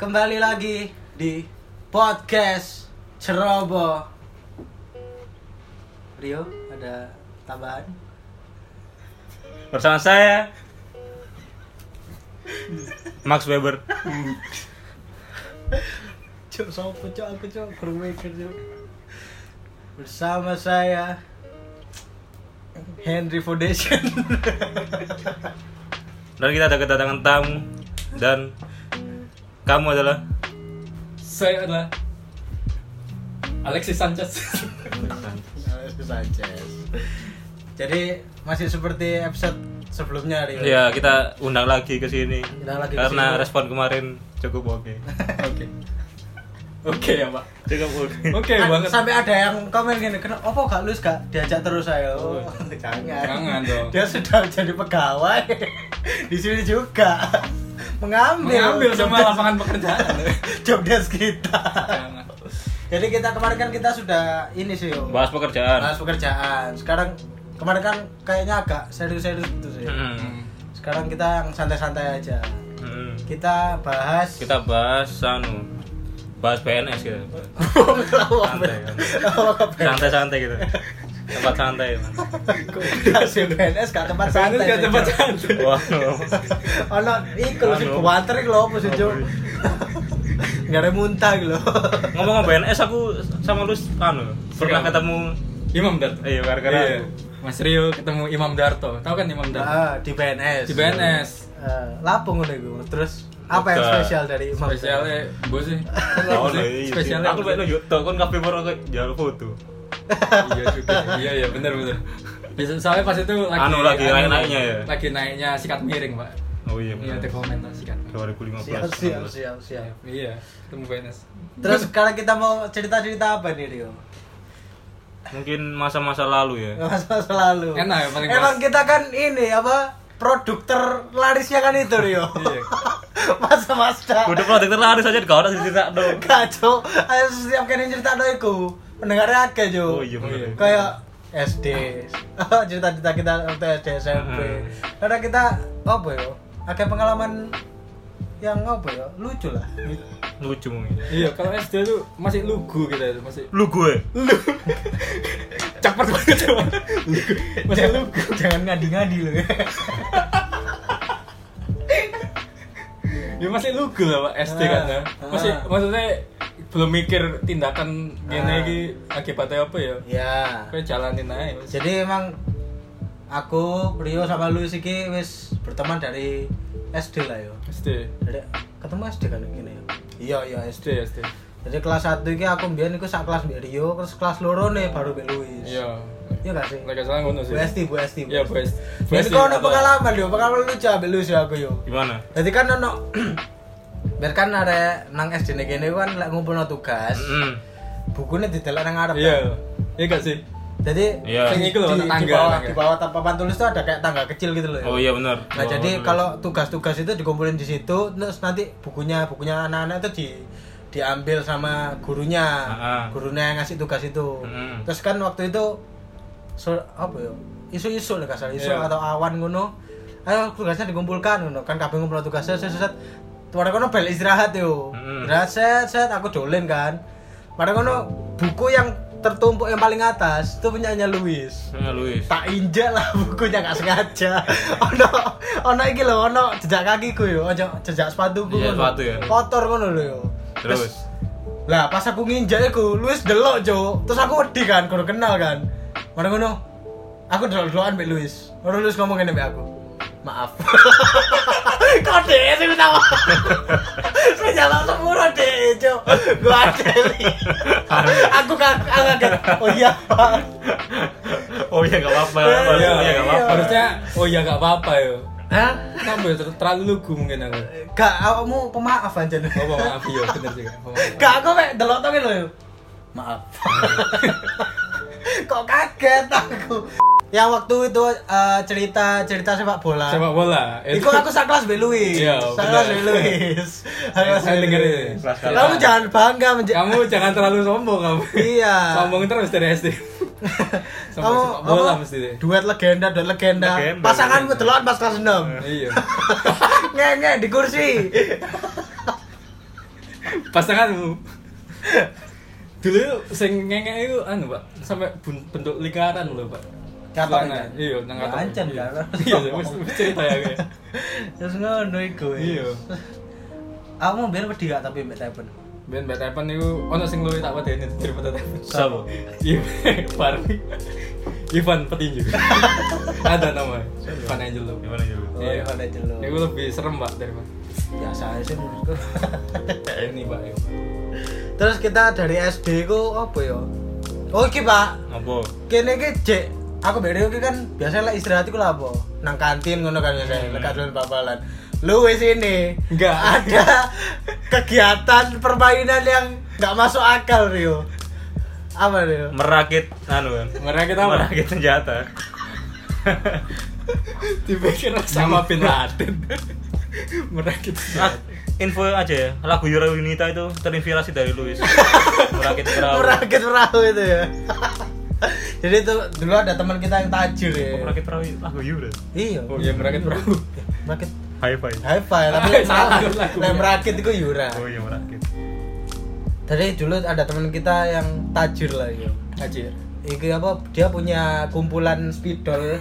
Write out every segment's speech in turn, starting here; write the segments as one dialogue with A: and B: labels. A: Kembali lagi di podcast Ceroboh. Rio, ada tambahan?
B: Bersama saya Max Weber.
A: Cuk, sopo cuk aku cuk, Groovemaker, cuk. Bersama saya Henry Foundation.
B: Dan kita ada kedatangan tamu dan kamu adalah
C: Saya adalah Alexis Sanchez.
A: Alexis Sanchez. Jadi masih seperti episode sebelumnya Rio.
B: ya kita undang lagi ke sini
A: Undang lagi ke
B: karena
A: sini.
B: respon kemarin cukup oke.
C: Oke. Oke ya pak.
B: cukup oke.
C: Oke
A: Kan
C: banget.
A: sampai ada yang komen gini, "Kena opo gak lulus gak diajak terus saya?"
C: Oh.
A: jangan.
C: Jangan dong.
A: Dia sudah jadi pegawai di sini juga. Mengambil
C: Mengambil sama
A: job desk-
C: lapangan pekerjaan.
A: job desk kita.
C: Jangan.
A: Jadi kita kemarin kan kita sudah ini sih, Yo.
B: Bahas pekerjaan. Hmm.
A: Bahas pekerjaan. Sekarang kemarin kan kayaknya agak serius-serius gitu sih.
B: Hmm.
C: Hmm.
A: Sekarang kita yang santai-santai aja.
B: Hmm.
A: Kita bahas
B: Kita bahas anu bahas PNS kita. Santai, kan? Santai-santai gitu. Tempat santai. Bang.
A: Kasih PNS gak tempat santai.
C: Santai gak
A: sih,
C: cepat
A: Cuk.
C: santai.
B: Wah.
A: Ono iku lho sing
B: Anu.
A: kuwater iku lho apa sih, Cuk? Nggak ada muntah gitu loh.
B: Ngomong-ngomong PNS aku sama lu anu pernah
C: Siapa?
B: ketemu
C: Imam Darto.
B: Iya, gara-gara
C: Iya. Mas Rio ketemu Imam Darto. Tahu kan Imam Darto?
A: Ah, di PNS.
C: Di BNS.
A: Eh, Lapo ngono iku. Terus apa yang
B: Oke.
A: spesial dari Imam?
C: Spesialnya gue sih.
B: Oh,
C: Apa sih? Iya, Spesialnya
B: aku
C: apa
B: pengen
C: sih?
B: nunjuk tuh, kan kafe baru aku jalur foto.
C: iya juga iya iya bener bener Bisa- soalnya pas itu lagi
B: Anu, lagi naik-naiknya ya?
C: lagi naiknya sikat miring pak
B: Oh iya,
C: iya ada
B: benar.
C: komentar sikat miring
B: 2015.
A: Siap, siap, siap, siap.
C: iya ketemu PNS
A: Terus sekarang kita mau cerita-cerita apa nih, Rio?
B: Mungkin masa-masa lalu ya.
A: Masa selalu.
C: Enak ya, paling
A: Emang
C: pas.
A: kita kan ini apa? Produk terlarisnya kan itu, Rio.
C: Iya.
A: Masa-masa.
B: Udah produk terlaris aja gak ada cerita dong.
A: Kacau, ayo setiap kali cerita no iku pendengarnya akeh jo.
B: Oh iya
C: iya.
B: benar.
A: Kayak SD, cerita-cerita kita waktu SD SMP.
B: Mm.
A: Karena kita apa ya? Akeh pengalaman yang apa ya? Lucu lah.
B: Lucu mungkin.
C: iya kalau SD tuh masih lugu gitu itu masih
B: Lu gue.
A: Uh.
C: lu cepet banget Pak. masih
A: Jangan-
C: lugu
A: Jangan ngadi-ngadi lu.
C: ya masih lugu lah pak SD kan ya
A: Ah, ah.
C: masih maksudnya belum mikir tindakan gini
A: Ah.
C: iki akibatnya apa ya
A: ya.
C: kayak jalanin aja Mas.
A: Jadi emang aku Rio sama lu iki wis berteman dari SD lah yo.
C: SD
A: Dari ketemu SD kan gini ya. Iya iya SD.
C: SD SD
A: Jadi kelas 1 iki aku mbiyen iku sak kelas mbek Rio, terus kelas loro nih baru mbek Luis.
C: iya
A: Iya gak sih?
C: nggak salah ngono sih
A: Bu Esti, Bu Esti.
C: Iya, Bu Esti. Bu
A: Jadi
C: Esti,
A: kau ada
C: apa?
A: pengalaman yo, pengalaman lucu ambek Luis yo aku yo.
B: Gimana?
A: Jadi kan ono biar kan ada nang SD nih gini kan lek ngumpulno tugas,
B: Hmm.
A: bukunya ditelok nang ngarep.
C: Iya,
A: kan.
C: iya gak sih?
A: Jadi
B: Iya.
A: di,
C: Sing iku lho,
A: di, di
C: tangga,
A: bawah
C: tangga.
A: di bawah tanpa papan tulis tuh ada kayak tangga kecil gitu loh. ya.
B: Oh iya benar.
A: Nah, jadi kalau tugas-tugas itu dikumpulin di situ, terus nanti bukunya bukunya anak-anak itu di diambil sama gurunya,
B: Ah, ah.
A: gurunya yang ngasih tugas itu.
B: Mm.
A: Terus kan waktu itu so, apa ya? Isu-isu lah kasar, isu
C: Iya.
A: atau awan ngono. Ayo tugasnya dikumpulkan ngono. Kan kabeh ngumpul tugasnya set set. Tuwara kono bel istirahat yo.
B: Mm.
A: Istirahat set set aku dolen kan. Mari kono buku yang tertumpuk yang paling atas itu punyanya Luis
B: Nah, Luis.
A: tak injak lah bukunya nggak sengaja ono ono iki lho ono jejak kakiku yo ojo jejak sepatuku
B: Jejak
A: ngono.
B: sepatu ya?
A: kotor ngono lho yo
B: Terus
A: lah pas aku nginjak iku Luis delok jo terus aku wedi kan kudu kenal kan mari ngono aku delok-delokan mbek Luis baru Luis ngomong ngene mbek aku maaf kok deh sih ketawa saya jalan sepuluh deh jo gua adeli aku kagak kaget oh iya Pak.
B: Oh iya enggak apa-apa.
A: Iya,
B: Iya enggak
A: iya.
B: apa-apa.
C: Harusnya, oh iya gak apa-apa yo.
A: Hah?
C: Kenapa ya? Ter- Terlalu lugu mungkin aku.
A: Gak, kamu pemaaf aja nih.
C: Oh, maaf yo, bener sih. pemaaf.
A: Gak, aku mek delok tok lho. Maaf. Kok kaget aku. Yang waktu itu eh, cerita cerita sepak bola.
C: Sepak bola. Eh,
A: Iku aku sak kelas B Luis.
C: Iya,
A: Sak kelas B
C: bener.
A: Luis. Sak kelas
C: Saya
A: B.
C: eh, dengerin.
A: Luis.
B: Kelas kelas.
A: Kamu jangan bangga menjadi
C: Kamu jangan terlalu sombong kamu.
A: Iya.
C: Sombong terus dari SD. Sombong
A: Kamu-
C: sepak bola
A: kamu
C: mesti deh.
A: Duet legenda, duet legenda.
B: Legenda,
A: Pasanganku
B: legenda.
A: delok Iya. pas kelas 6.
C: Iya.
A: Ngengek di kursi.
C: pasanganmu dulu itu sing ngengek itu anu pak sampai bun- bentuk lingkaran loh pak
A: Katon,
C: Celana.
A: kan?
C: iya nang
A: Ya,
C: katon.
A: ancen,
C: Iya.
A: kan?
C: iya wis wis cerita ya kayak
A: Terus ngono iku. wis.
C: Iya.
A: Aku mau biar wedi gak tapi mbek Tepen.
C: ben bet tepen itu ono sing luwih tak wedeni daripada tepen
B: Sapa?
C: iya Farmi Ivan petinju ada namanya Ivan Angelo
B: Gimana Jul?
A: Oh,
C: Iya.
A: Ivan Angelo.
C: itu lebih serem pak daripada
A: Biasa aja sih menurutku.
C: ini pak ya.
A: Terus kita dari SD ku apa ya? Oh iki Pak,
B: Apa?
A: kene iki jek aku beda iki kan biasanya lah istirahat iku lah apa? Nang kantin ngono kan biasanya,
B: Hmm.
A: hmm. lekat babalan. Lu wis ini
C: Enggak.
A: ada kegiatan permainan yang nggak masuk akal Rio. Apa Rio?
B: Merakit anu kan.
C: Merakit apa?
B: Merakit senjata.
C: dipikir sama Bin Laden merakit
B: Ah, info aja ya, lagu Yura Yunita itu terinspirasi dari Louis Merakit perahu
A: merakit perahu itu ya jadi itu dulu ada teman kita yang tajir ya
B: Merakit perahu lagu Yura
A: iya
C: oh iya merakit perahu
A: merakit
B: High five
A: high five tapi
C: Ah,
A: lek
C: salah
A: salah
C: lagu.
A: lek merakit itu yura
B: Oh iya merakit
A: dari dulu ada teman kita yang tajir lah ya
C: aja
A: Iki apa dia punya kumpulan spidol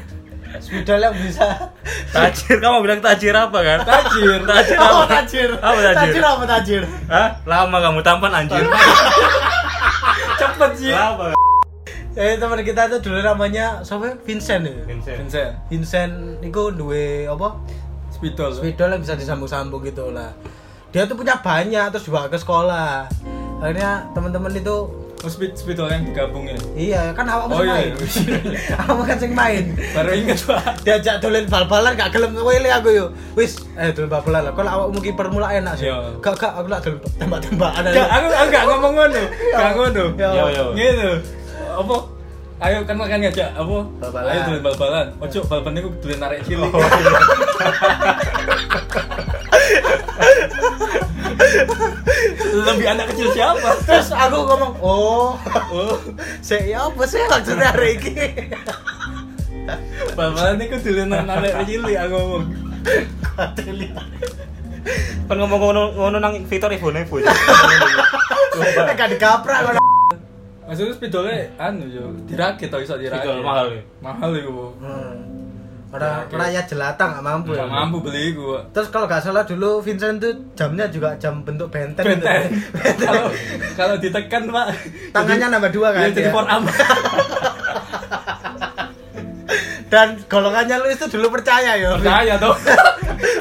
A: spidol yang bisa
B: Tajir, kamu bilang tajir apa kan?
C: Tajir.
B: tajir apa?
A: Oh, tajir
B: Apa tajir?
A: tajir apa tajir
B: Hah? Lama kamu tampan anjir
C: cepet sih
B: Lama
A: jadi teman kita itu dulu namanya siapa ya? Vincent ya
B: Vincent
C: Vincent
A: Vincent itu duwe apa
C: spidol
A: spidol yang bisa disambung-sambung gitu lah dia tuh punya banyak terus dibawa ke sekolah akhirnya teman-teman itu
C: oh speed spidol yang ya? digabungin
A: iya kan awak
C: Oh,
A: mesti
C: iya,
A: main
C: iya.
A: awak kan sing main
C: baru inget pak
A: diajak dolen bal-balan gak gelem wele aku yo wis eh dolen bal-balan lah kalau awak mungkin permula enak sih
C: Iya.
A: gak gak aku gak gelem tembak-tembakan
B: Ya.
C: Gak, aku aku gak ngomong ngono gak ngono
A: Ya.
B: Yo yo
C: gitu apa ayo kan makan ngajak apa
A: Bal-balan.
C: ayo tulen bal-balan ojo bal-balan itu tulen narik cilik
B: Oh, iya.
C: lebih anak kecil siapa
A: terus aku ngomong oh
C: oh
A: saya ya apa sih maksudnya hari ini
C: bal-balan itu tulen narik cilik aku ngomong
B: Kan ngomong ngono ngono nang Victor Ibu Nevo
A: gak digaprak kan
C: Maksudnya spidolnya anu yo dirakit tau iso dirakit.
B: Spidol mahal ya?
C: Mahal iku. Bu.
A: hmm. ada rakyat jelata gak mampu ya.
C: Gak mampu beli iku. Bu.
A: Terus kalau nggak salah dulu Vincent tuh jamnya juga jam bentuk benten.
C: Benten. Kalau kalau ditekan Pak.
A: Tangannya
C: jadi-
A: nambah dua kan,
C: Iya jadi
A: ya?
C: forearm.
A: Dan golongannya lu itu dulu percaya yo.
C: percaya tuh.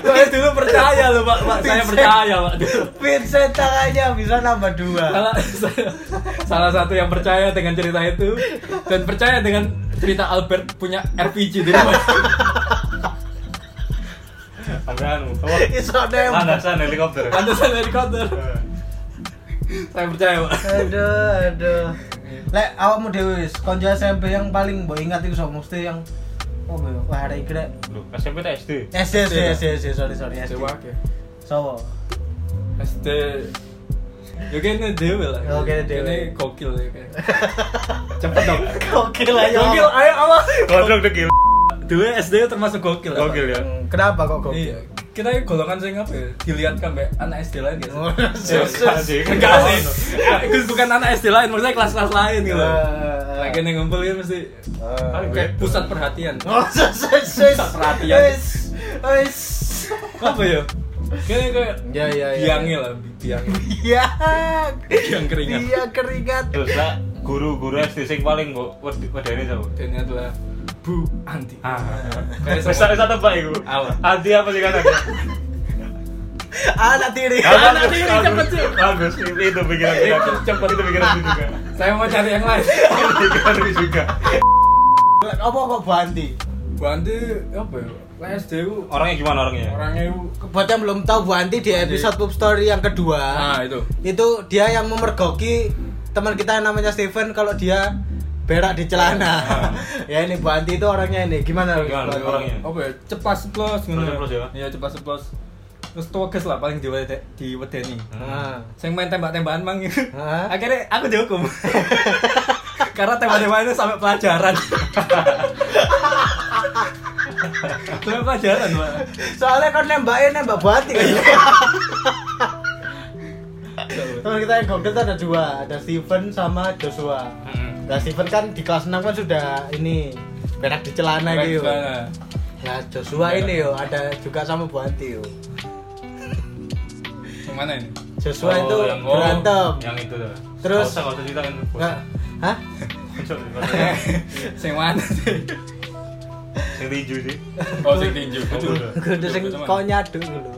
C: Saya dulu percaya loh Pak. Pak, saya percaya Pak. Dulu.
A: Vincent tangannya bisa nambah dua.
C: Salah saya- salah satu yang percaya dengan cerita itu dan percaya dengan cerita Albert punya RPG di rumah.
B: Sampai anu
A: Iso nembak.
B: Landasan helikopter Eh,
C: Pantesan helikopter. Saya percaya Pak.
A: Aduh, aduh. Lek awakmu dhewe wis konco SMP yang paling mbok ingat iku sok mesti yang oh mbok wah arek iki rek.
B: Lu SMP tak SD
A: SD SD
C: Iya.
A: SD SD sorry sorry SD.
C: Sewake.
A: Sopo?
C: SD Ya kayaknya dewe lah
A: Oh, kayaknya dewe.
C: Kayaknya gokil ya kayaknya Cepet dong
A: Gokil ayo.
C: Gokil, ayo awal
B: Kodrok dekil
C: Dewe SD termasuk gokil apa?
B: Gokil ya
A: Hmm, Kenapa kok gokil?
C: Iya Kita ini golongan sing apa ya? Dilihat kan mbak anak SD lain gitu
A: Oh,
B: Eh, enggak sih.
C: Enggak sih Gus, Bukan anak SD lain, maksudnya kelas-kelas lain gitu
A: Eh.
C: Nah kayaknya ngumpul ya mesti
B: Iya.
A: Eh.
C: Kayak pusat perhatian
A: Oh, sus, sus, sus.
C: Pusat perhatian.
A: Wis, wis.
C: Apa ya? Kayaknya kayak
A: Ya, ya, ya.
C: Biangnya lah, biangnya
A: Iya.
C: Biang keringat
A: Iya keringat.
B: Terus lah guru-guru SD sing paling mbok wedi- wedeni sapa?
C: Dan ini adalah Bu Anti
B: Ah.
C: Kayak semua-
B: Besar satu Pak iku.
C: Apa?
B: Hati apa sih kan ada?
A: Anak tiri.
C: Anak tiri, cepet, sih.
B: Bagus, itu itu pikiran
C: Itu
B: kita.
C: cepet.
B: itu pikiran aku juga.
C: Saya mau cari yang lain
B: Itu pikiran aku juga.
A: Apa kok Banti?
C: Bu Anti apa ya? Lah SD ku
B: Orangnya gimana orangnya?
C: orangnya ku
A: Buat yang belum tahu Bu Anti di episode Pop Story yang kedua
C: Nah, itu.
A: Itu dia yang memergoki teman kita yang namanya Steven kalau dia berak di celana Ya ini Bu Anti itu orangnya ini, gimana? Rus?
B: Gimana,
A: Bu Anti?
B: orangnya?
C: apa ya? Cepat ceplos
B: Ceplos ya?
C: Iya, cepat ceplos. Terus tugas lah paling diwede- diwedeni.
A: Nah.
C: Saya main tembak-tembakan mang.
A: Hah?
C: Akhirnya aku dihukum. Karena tembak-tembakan itu sampai pelajaran. sampai pelajaran, Pak.
A: Soalnya kan nembaknya nembak Bu Anti kan? ceritanya Gokdel tuh ada dua, ada Steven sama Joshua.
B: Mm-mm.
A: Nah Steven kan di kelas 6 kan sudah ini berak di celana
C: Keren
A: gitu.
C: banget.
A: Nah Joshua ini yo ada juga sama Bu Anti yo.
C: Yang mana ini?
A: Joshua itu
B: yang- oh,
A: berantem.
B: yang itu tuh
A: Terus-
B: nggak usah nggak usah cerita kan
A: Nggak, hah?
C: Yang mana sih?
B: yang tinju sih
C: Oh, sing tinju.
B: Betul.
A: Gue udah sing
C: Cuman.
A: kau nyadu dulu.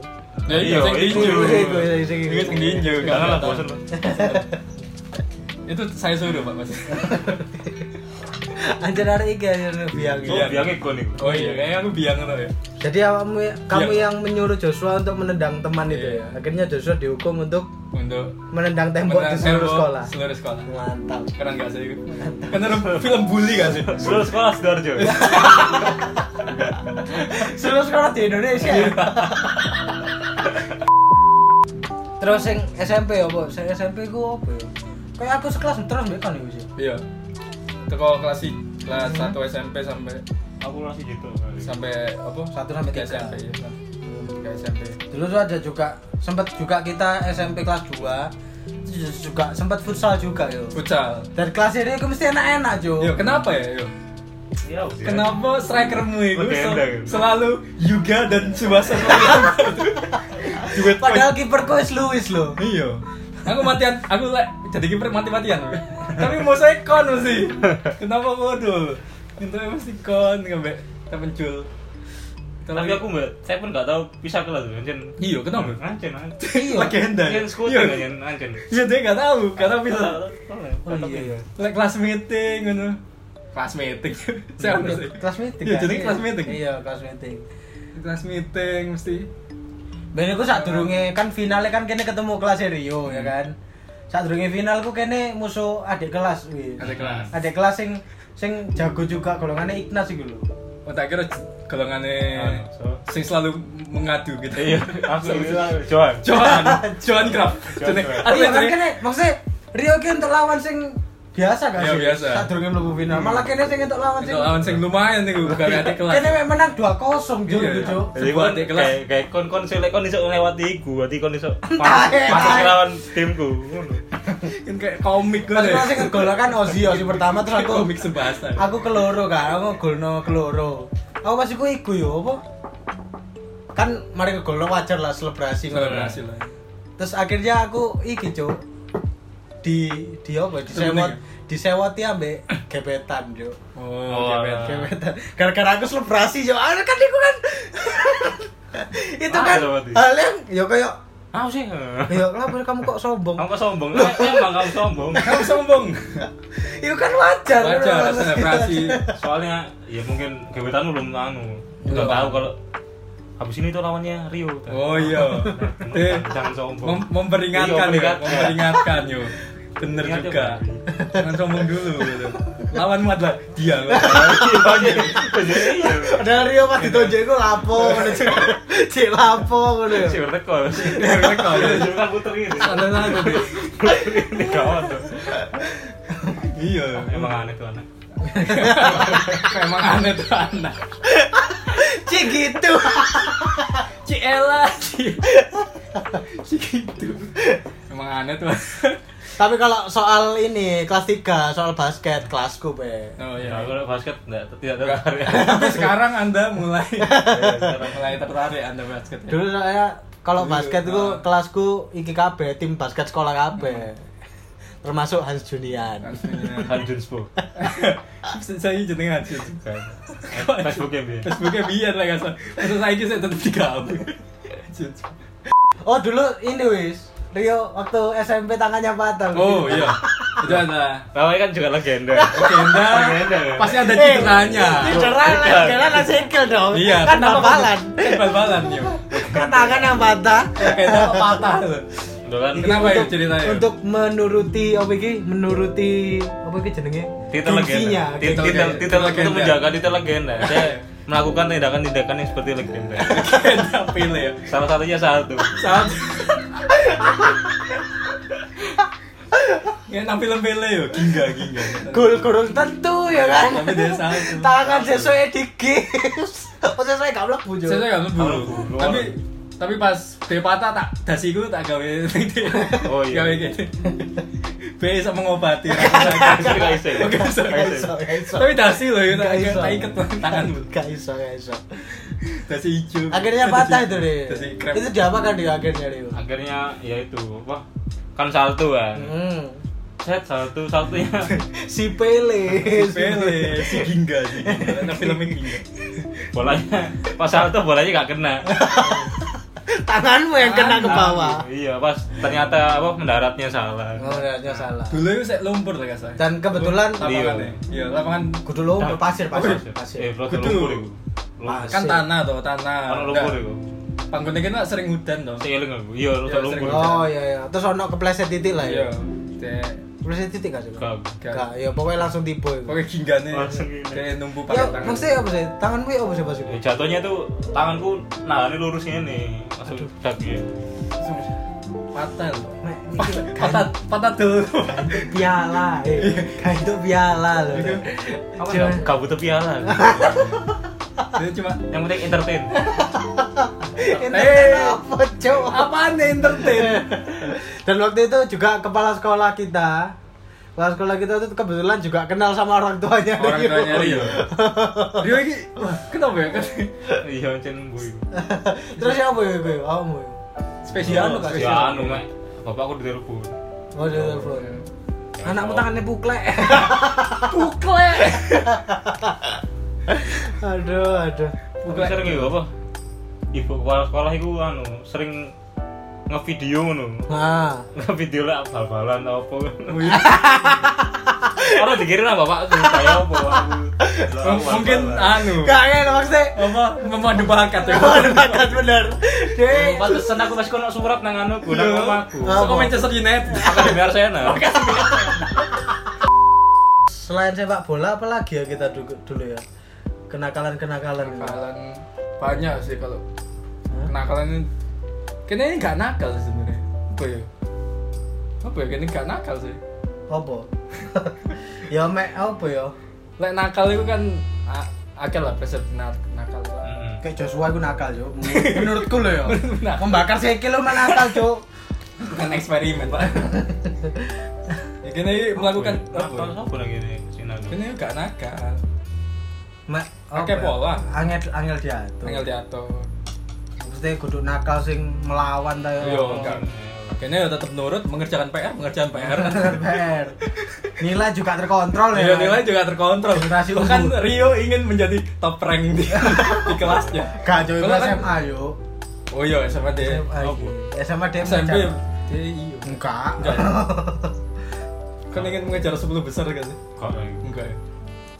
C: Ya iya, sing
B: Iya,
A: iya,
C: tinju.
A: iya, iya, iya, iya.
C: Iya, sing tinju.
B: Jangan lah,
C: Nggak
B: bosen
C: tahu.
B: lah.
C: Itu saya suruh, Pak Mas.
A: Anjir hari iki anjir biang.
B: Oh,
A: iki.
C: Iya.
B: biangnya gue nih
C: Oh iya, kayaknya aku biang tau ya.
A: Jadi kamu kamu
C: Iya.
A: yang menyuruh Joshua untuk menendang teman itu
C: Iya.
A: ya. Akhirnya Joshua dihukum untuk
C: Untuk
A: menendang tembok di
C: menang
A: seluruh
C: tembok
A: sekolah.
C: Seluruh sekolah.
A: Mantap.
C: Keren gak sih? Kan ada film bully gak sih?
B: seluruh sekolah sidoarjo ya?
A: Seluruh sekolah di Indonesia.
C: Iya.
A: ya? Terus yang SMP ya, Bu. Sing SMP ku apa ya? Kayak aku sekelas terus mbek kan iki.
C: Iya. Teko kelas i- kelas 1 SMP sampai
B: aku masih gitu
C: sampai apa?
A: Satu sampai
C: Tiga
A: tiga.
C: SMP ya. Tiga SMP.
A: Dulu tuh ada juga sempat juga kita SMP kelas 2 itu juga sempat futsal juga yo.
C: Futsal.
A: Dan kelas ini aku mesti enak-enak, Jo.
C: Yo, kenapa ya? Yo.
B: ya udah.
C: Kenapa strikermu itu sel-
B: Legenda gitu.
C: selalu Yuga dan Subasa Duet
A: Padahal kiperku wis Luis loh.
C: Iya. Aku matian, aku lek jadi kiper mati-matian. Tapi mau saya kon mesti. Kenapa modul? Kenapa mesti kon ngambek temencul.
B: tapi aku mbak saya pun nggak tahu bisa kelas tuh anjen
C: Iya, kenapa?
B: anjen anjen
A: Iya.
C: legenda.
B: Anjen
C: Iya.
B: skuter anjen anjen
C: Iya, dia enggak tahu karena bisa
A: Oh iya. iya.
C: lek kelas meeting ngono. Kelas meeting. Saya apa sih?
A: Kelas meeting.
C: Iya,
A: kan?
C: jadi kelas meeting.
A: Iya, kelas meeting.
C: Kelas meeting mesti.
A: Ben aku saat kan finalnya kan kene ketemu kelas Rio
C: Hmm.
A: ya kan. Saat final ku kene musuh adik kelas wih.
C: Ada kelas.
A: Adik kelas sing sing jago juga golongannya Ignas iku lho.
C: Oh, tak kira golongannya
B: Anu, so-
C: sing selalu mengadu gitu.
B: iya aku Johan
C: Johan, Johan Craft.
B: Johan
C: Jeneng-
B: Craft.
C: Apa
A: Iya kan
C: jeneng?
A: kene maksudnya Rio ki untuk lawan sing biasa kan
C: Iya,
A: sih.
C: biasa.
A: Saat mlebu final. Malah kene sing untuk lawan
C: Itu
A: sing
C: lawan sing lumayan nih bukan adik kelas.
A: kene mek menang 2-0 jo
C: Iya,
A: iku
C: iya.
A: jo.
B: jadi
C: Sebuah
B: kon
C: adik kelas.
B: kayak kayak kon kon sih kon iso lewati iku berarti kon iso
A: eh,
B: masuk
A: eh.
B: lawan timku ngono
C: Kan kayak komik gue.
A: Pas kelas sing ngegolak kan Ozio si pertama terus aku
C: komik sebahasa.
A: aku keloro kan aku golno keloro aku pas iku iku yo apa kan mari golno wajar lah selebrasi ngono kan.
C: berhasil lah.
A: terus akhirnya aku iki cuk di di apa disewot disewoti ambek gebetan cuk
C: Oh,
B: gebet.
C: gebet.
A: gebetan gara-gara aku selebrasi cuk Ah, kan iku kan itu
B: Ah,
A: kan
B: selebrasi.
A: hal yang yo kayak
B: aku sih
A: yo kenapa kamu kok sombong
B: kamu kok sombong Eh, emang kamu sombong
C: Kamu sombong.
A: itu kan wajar
C: Wajar selebrasi.
B: soalnya ya mungkin gebetan lu belum anu belum tahu kalau habis ini tuh lawannya Rio
C: Oh iya. Eh,
B: jangan sombong
C: mem- memperingatkan
B: Iya,
C: ya,
B: memperingatkan.
C: memperingatkan yo. Bener
B: Ingat,
C: juga.
B: yo.
C: Jangan sombong dulu gitu. Lawanmu adalah dia.
B: iya
A: Padahal Rio pas ditonjok iku lapo ngono cek. Cek lapo ngono.
B: si berteko si
C: berteko.
B: bukan puter ini
C: Santai-santai deh.
B: ini kawan tuh
C: Iya.
B: emang aneh tuh anak
C: Memang aneh tuh anak.
A: Cek gitu.
C: Ciela, Ci. Si gitu. Emang aneh tuh.
A: Tapi kalau soal ini kelas 3 soal basket kelasku be.
C: Oh
B: ya
C: iya.
B: kalau basket enggak tidak tertarik
C: Tapi sekarang Anda mulai
B: Iya, sekarang.
C: mulai tertarik Anda basket. ya?
A: Dulu saya kalau
C: Dulu,
A: basket
C: ah.
A: itu kelasku iki kabeh tim basket sekolah kabeh. Termasuk Hans Junian.
C: Langsungnya.
B: Hanjun Spo
C: Saya jenengan sih. Eh,
B: Facebooknya Eh, ya,
C: ya,
B: bi
C: Facebooknya biar lah kasar. Masa saya ini saya tetap digabung.
A: Oh, dulu ini wis. Rio waktu SMP tangannya patah.
C: Oh iya. Itu ada
B: Ramai kan juga legenda
C: legenda.
B: Legenda, ya?
C: Pasti
A: Eh,
C: ada cederanya.
A: Cedera lah,
B: Bukan.
A: cedera lah singkil dong.
C: Iya,
A: kan
C: kenapa-
A: bal-balan.
C: Kan bal-balan ya.
A: Kan tangan yang patah.
C: Kayaknya patah loh.
B: Udah kan
A: Iki
C: Kenapa ya
A: Iya, untuk,
C: ceritanya?
A: Untuk menuruti apa iki? Menuruti apa iki jenenge?
B: titel legenda
A: Gengsinya.
B: titel
C: Titel
B: titel titel itu
C: legenda. Titel legenda.
B: menjaga titel legenda saya melakukan tindakan-tindakan yang seperti legenda
C: Legenda pilih ya.
B: salah satunya satu
C: Saat. Ya nampil pele yo, gingga gingga.
A: Gol gorong tentu ya kan.
C: Tapi dia satu.
A: Tangan sesuai digis. Oh sesuai gak mlebu jo.
C: Saya saya nggak
B: Nggak
C: mlebu.
B: mlebu.
C: Tapi Tapi pas B patah tak dasiku tak gawe titik.
B: Oh, iya.
C: Gawe gini. B Ya, iso mengobati.
B: Gak iso, ya?
C: Gak iso,
B: Gak
A: iso, gak iso.
C: Tapi dasi loh ya, tak
A: Gak iso.
C: tak iket tanganmu.
A: Gak iso, gak iso.
C: Dasi hijau.
A: Akhirnya patah itu deh.
C: Dasi krem.
A: Itu diapakan dia akhirnya dia?
B: akhirnya ya itu wah kan salto kan
A: Hmm.
B: set salto saltonya
A: Si Pele.
C: Si Pele, si Gingga, si Gingga. Nah, filmnya Gingga.
B: bolanya pas salto bolanya gak kena
A: Tanganmu yang kena ke bawah.
B: iya pas ternyata apa mendaratnya salah
A: Oh, ternyata salah.
C: Dulu itu saya lumpur lah kasar.
A: Dan kebetulan-
C: lapangannya. Iya, lapangan
A: Kudu lo Oh, pasir pasir
B: eh
A: pasir.
B: berarti
C: Kudu.
B: lumpur itu
A: Pas.
C: kan tanah tuh, tanah.
B: Ono lumpur
C: Nah,
B: itu
C: Panggungnya kita kan sering hujan tuh.
B: seiling aku iya
C: Iya,
B: berarti lumpur
C: sering.
A: Oh iya iya. Terus ono kepleset titik lah ya.
C: Iya. Dek.
A: Kepleset titik gak sih?
B: Gak.
C: Gak.
A: Gak. Ya pokoknya langsung tiba. itu.
C: Pakai ginggane.
B: Langsung gini.
C: Kayak numpu pakai
A: Ya,
C: tangan. Iya,
A: maksudnya apa sih? Tanganmu ya apa sih pas itu?
B: Eh, jatuhnya tuh tanganku nah ini lurus ini masuk dak ya
C: Sumpah. patah loh.
A: Mek,
C: Patah,
A: ini
C: patah, patah dulu.
A: kan piala eh.
C: Iya.
A: Kayak itu piala loh
B: apa
A: Cuma-
B: gak- gak butuh piala
C: Dia cuma
B: yang penting entertain
C: Eh.
A: Entertain apa, Cok?
C: apaan nih entertain?
A: dan waktu itu juga kepala sekolah kita kepala sekolah kita itu kebetulan juga kenal sama orang tuanya
C: Orang
A: Rio. Iya.
C: tuanya Rio. Rio ini, wah, kenapa ya? Kan
B: iya cen gue
A: terus siapa ya gue kamu
C: spesial
A: Iya,
C: loh, kan?
A: spesial.
B: ya anu mek bapakku ditelepon
A: oh dia telepon anakmu
B: Oh.
A: tangannya buklek
C: Pukle.
A: aduh aduh
B: Bukan sering ya apa? Ibu kepala sekolah itu anu sering ngevideo ngono.
A: nah
B: Ngevideo lah bal-balan atau apa.
C: Oh, iya.
B: Orang dikira lah bapak tuh kayak apa aku. Lah, aku
C: Mungkin
B: bal-balan.
C: anu.
A: gak ngerti maksudnya
C: Apa? Memadu bakat ya.
A: Oh, dekat bener
C: ah.
A: deh
B: Pantesan aku pas kono surat nang anu ku
C: Iya.
B: nang omahku.
A: Apa?
C: Aku Manchester United.
B: Akademi Arsenal.
A: selain sepak bola apa lagi ya kita dulu, dulu ya kenakalan kenakalan
C: Kenakalan banyak sih kalau kenakalan ini kayaknya ini gak nakal sih sebenarnya apa ya apa ya kayaknya gak nakal sih
A: apa ya mek apa ya
C: lek nakal itu kan a- akal lah persep na- nakal
B: Mm-mm.
A: kayak Joshua itu nakal cok Menurut- menurutku lo ya
C: Nakal.
A: membakar sekil lo mah nakal cok Hmm.
C: bukan eksperimen pak ya kayaknya ini melakukan apa
B: Nakal
C: ya?
B: sapa nang ngene sinar.
C: kayaknya ini gak nakal
A: mek ya?
C: Akeh pola.
A: angel angel diatur
C: tinggal diatur
A: mesti kudu nakal sing melawan ta
C: Yo,
B: Oh,
A: yo
C: Iya, enggak. kayaknya ya tetap nurut mengerjakan PR mengerjakan PR
A: Ber. nilai juga terkontrol ya
C: Nilai, Iya, nilai juga terkontrol.
A: Generasi
C: Bahkan
A: unggul.
C: Rio ingin menjadi top rank di, di kelasnya.
A: gak cok itu
C: Kalau kan-
A: SMA yo
C: Oh iya, SMA D.
A: SMA
B: Apa?
A: iya. SMA dia
C: SMP
A: mengejar-
C: D iya.
A: enggak
C: Enggak. Kan ingin mengejar 10 besar kan?
B: Kok
C: Enggak. ya?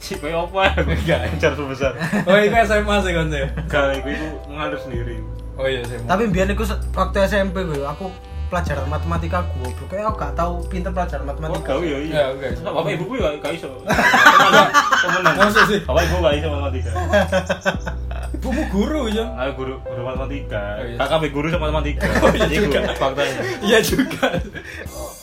B: sih koyo apa? Enggak, ajar sebesar.
C: Oh itu SMA sih kan ya.
B: Kalau iku iku mengalir sendiri.
C: Oh iya SMA.
A: tapi biar aku se- waktu SMP gue aku pelajaran matematika gue kayak aku gak tahu pinter pelajaran
B: Oh,
A: matematika
B: kau ya iya.
C: Ya, oke.
B: Bapak ibu gue gak iso. Temenan, Temenan.
C: Maksud sih?
B: Bapak ibu gak iso matematika.
C: ibumu guru ya.
B: Aku guru guru matematika.
C: Oh, iya.
B: KKB guru sama matematika.
C: iya
B: Iku
C: juga.
B: faktanya.
C: Iya juga.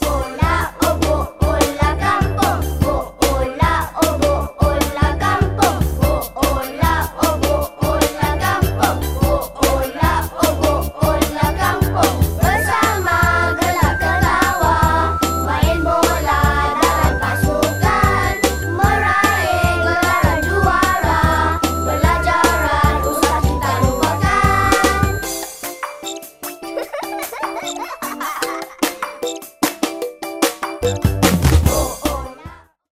D: Hola, oh, bo, hola, campo. Bo, hola, oh, bo, hola, campo. Bo, hola, oh, bo, hola, campo. Bo, hola, oh, bo, hola, campo. Bersama gelak ketawa, main bola dalam pasukan, meraih gelaran juara, pelajaran usah kita lupakan.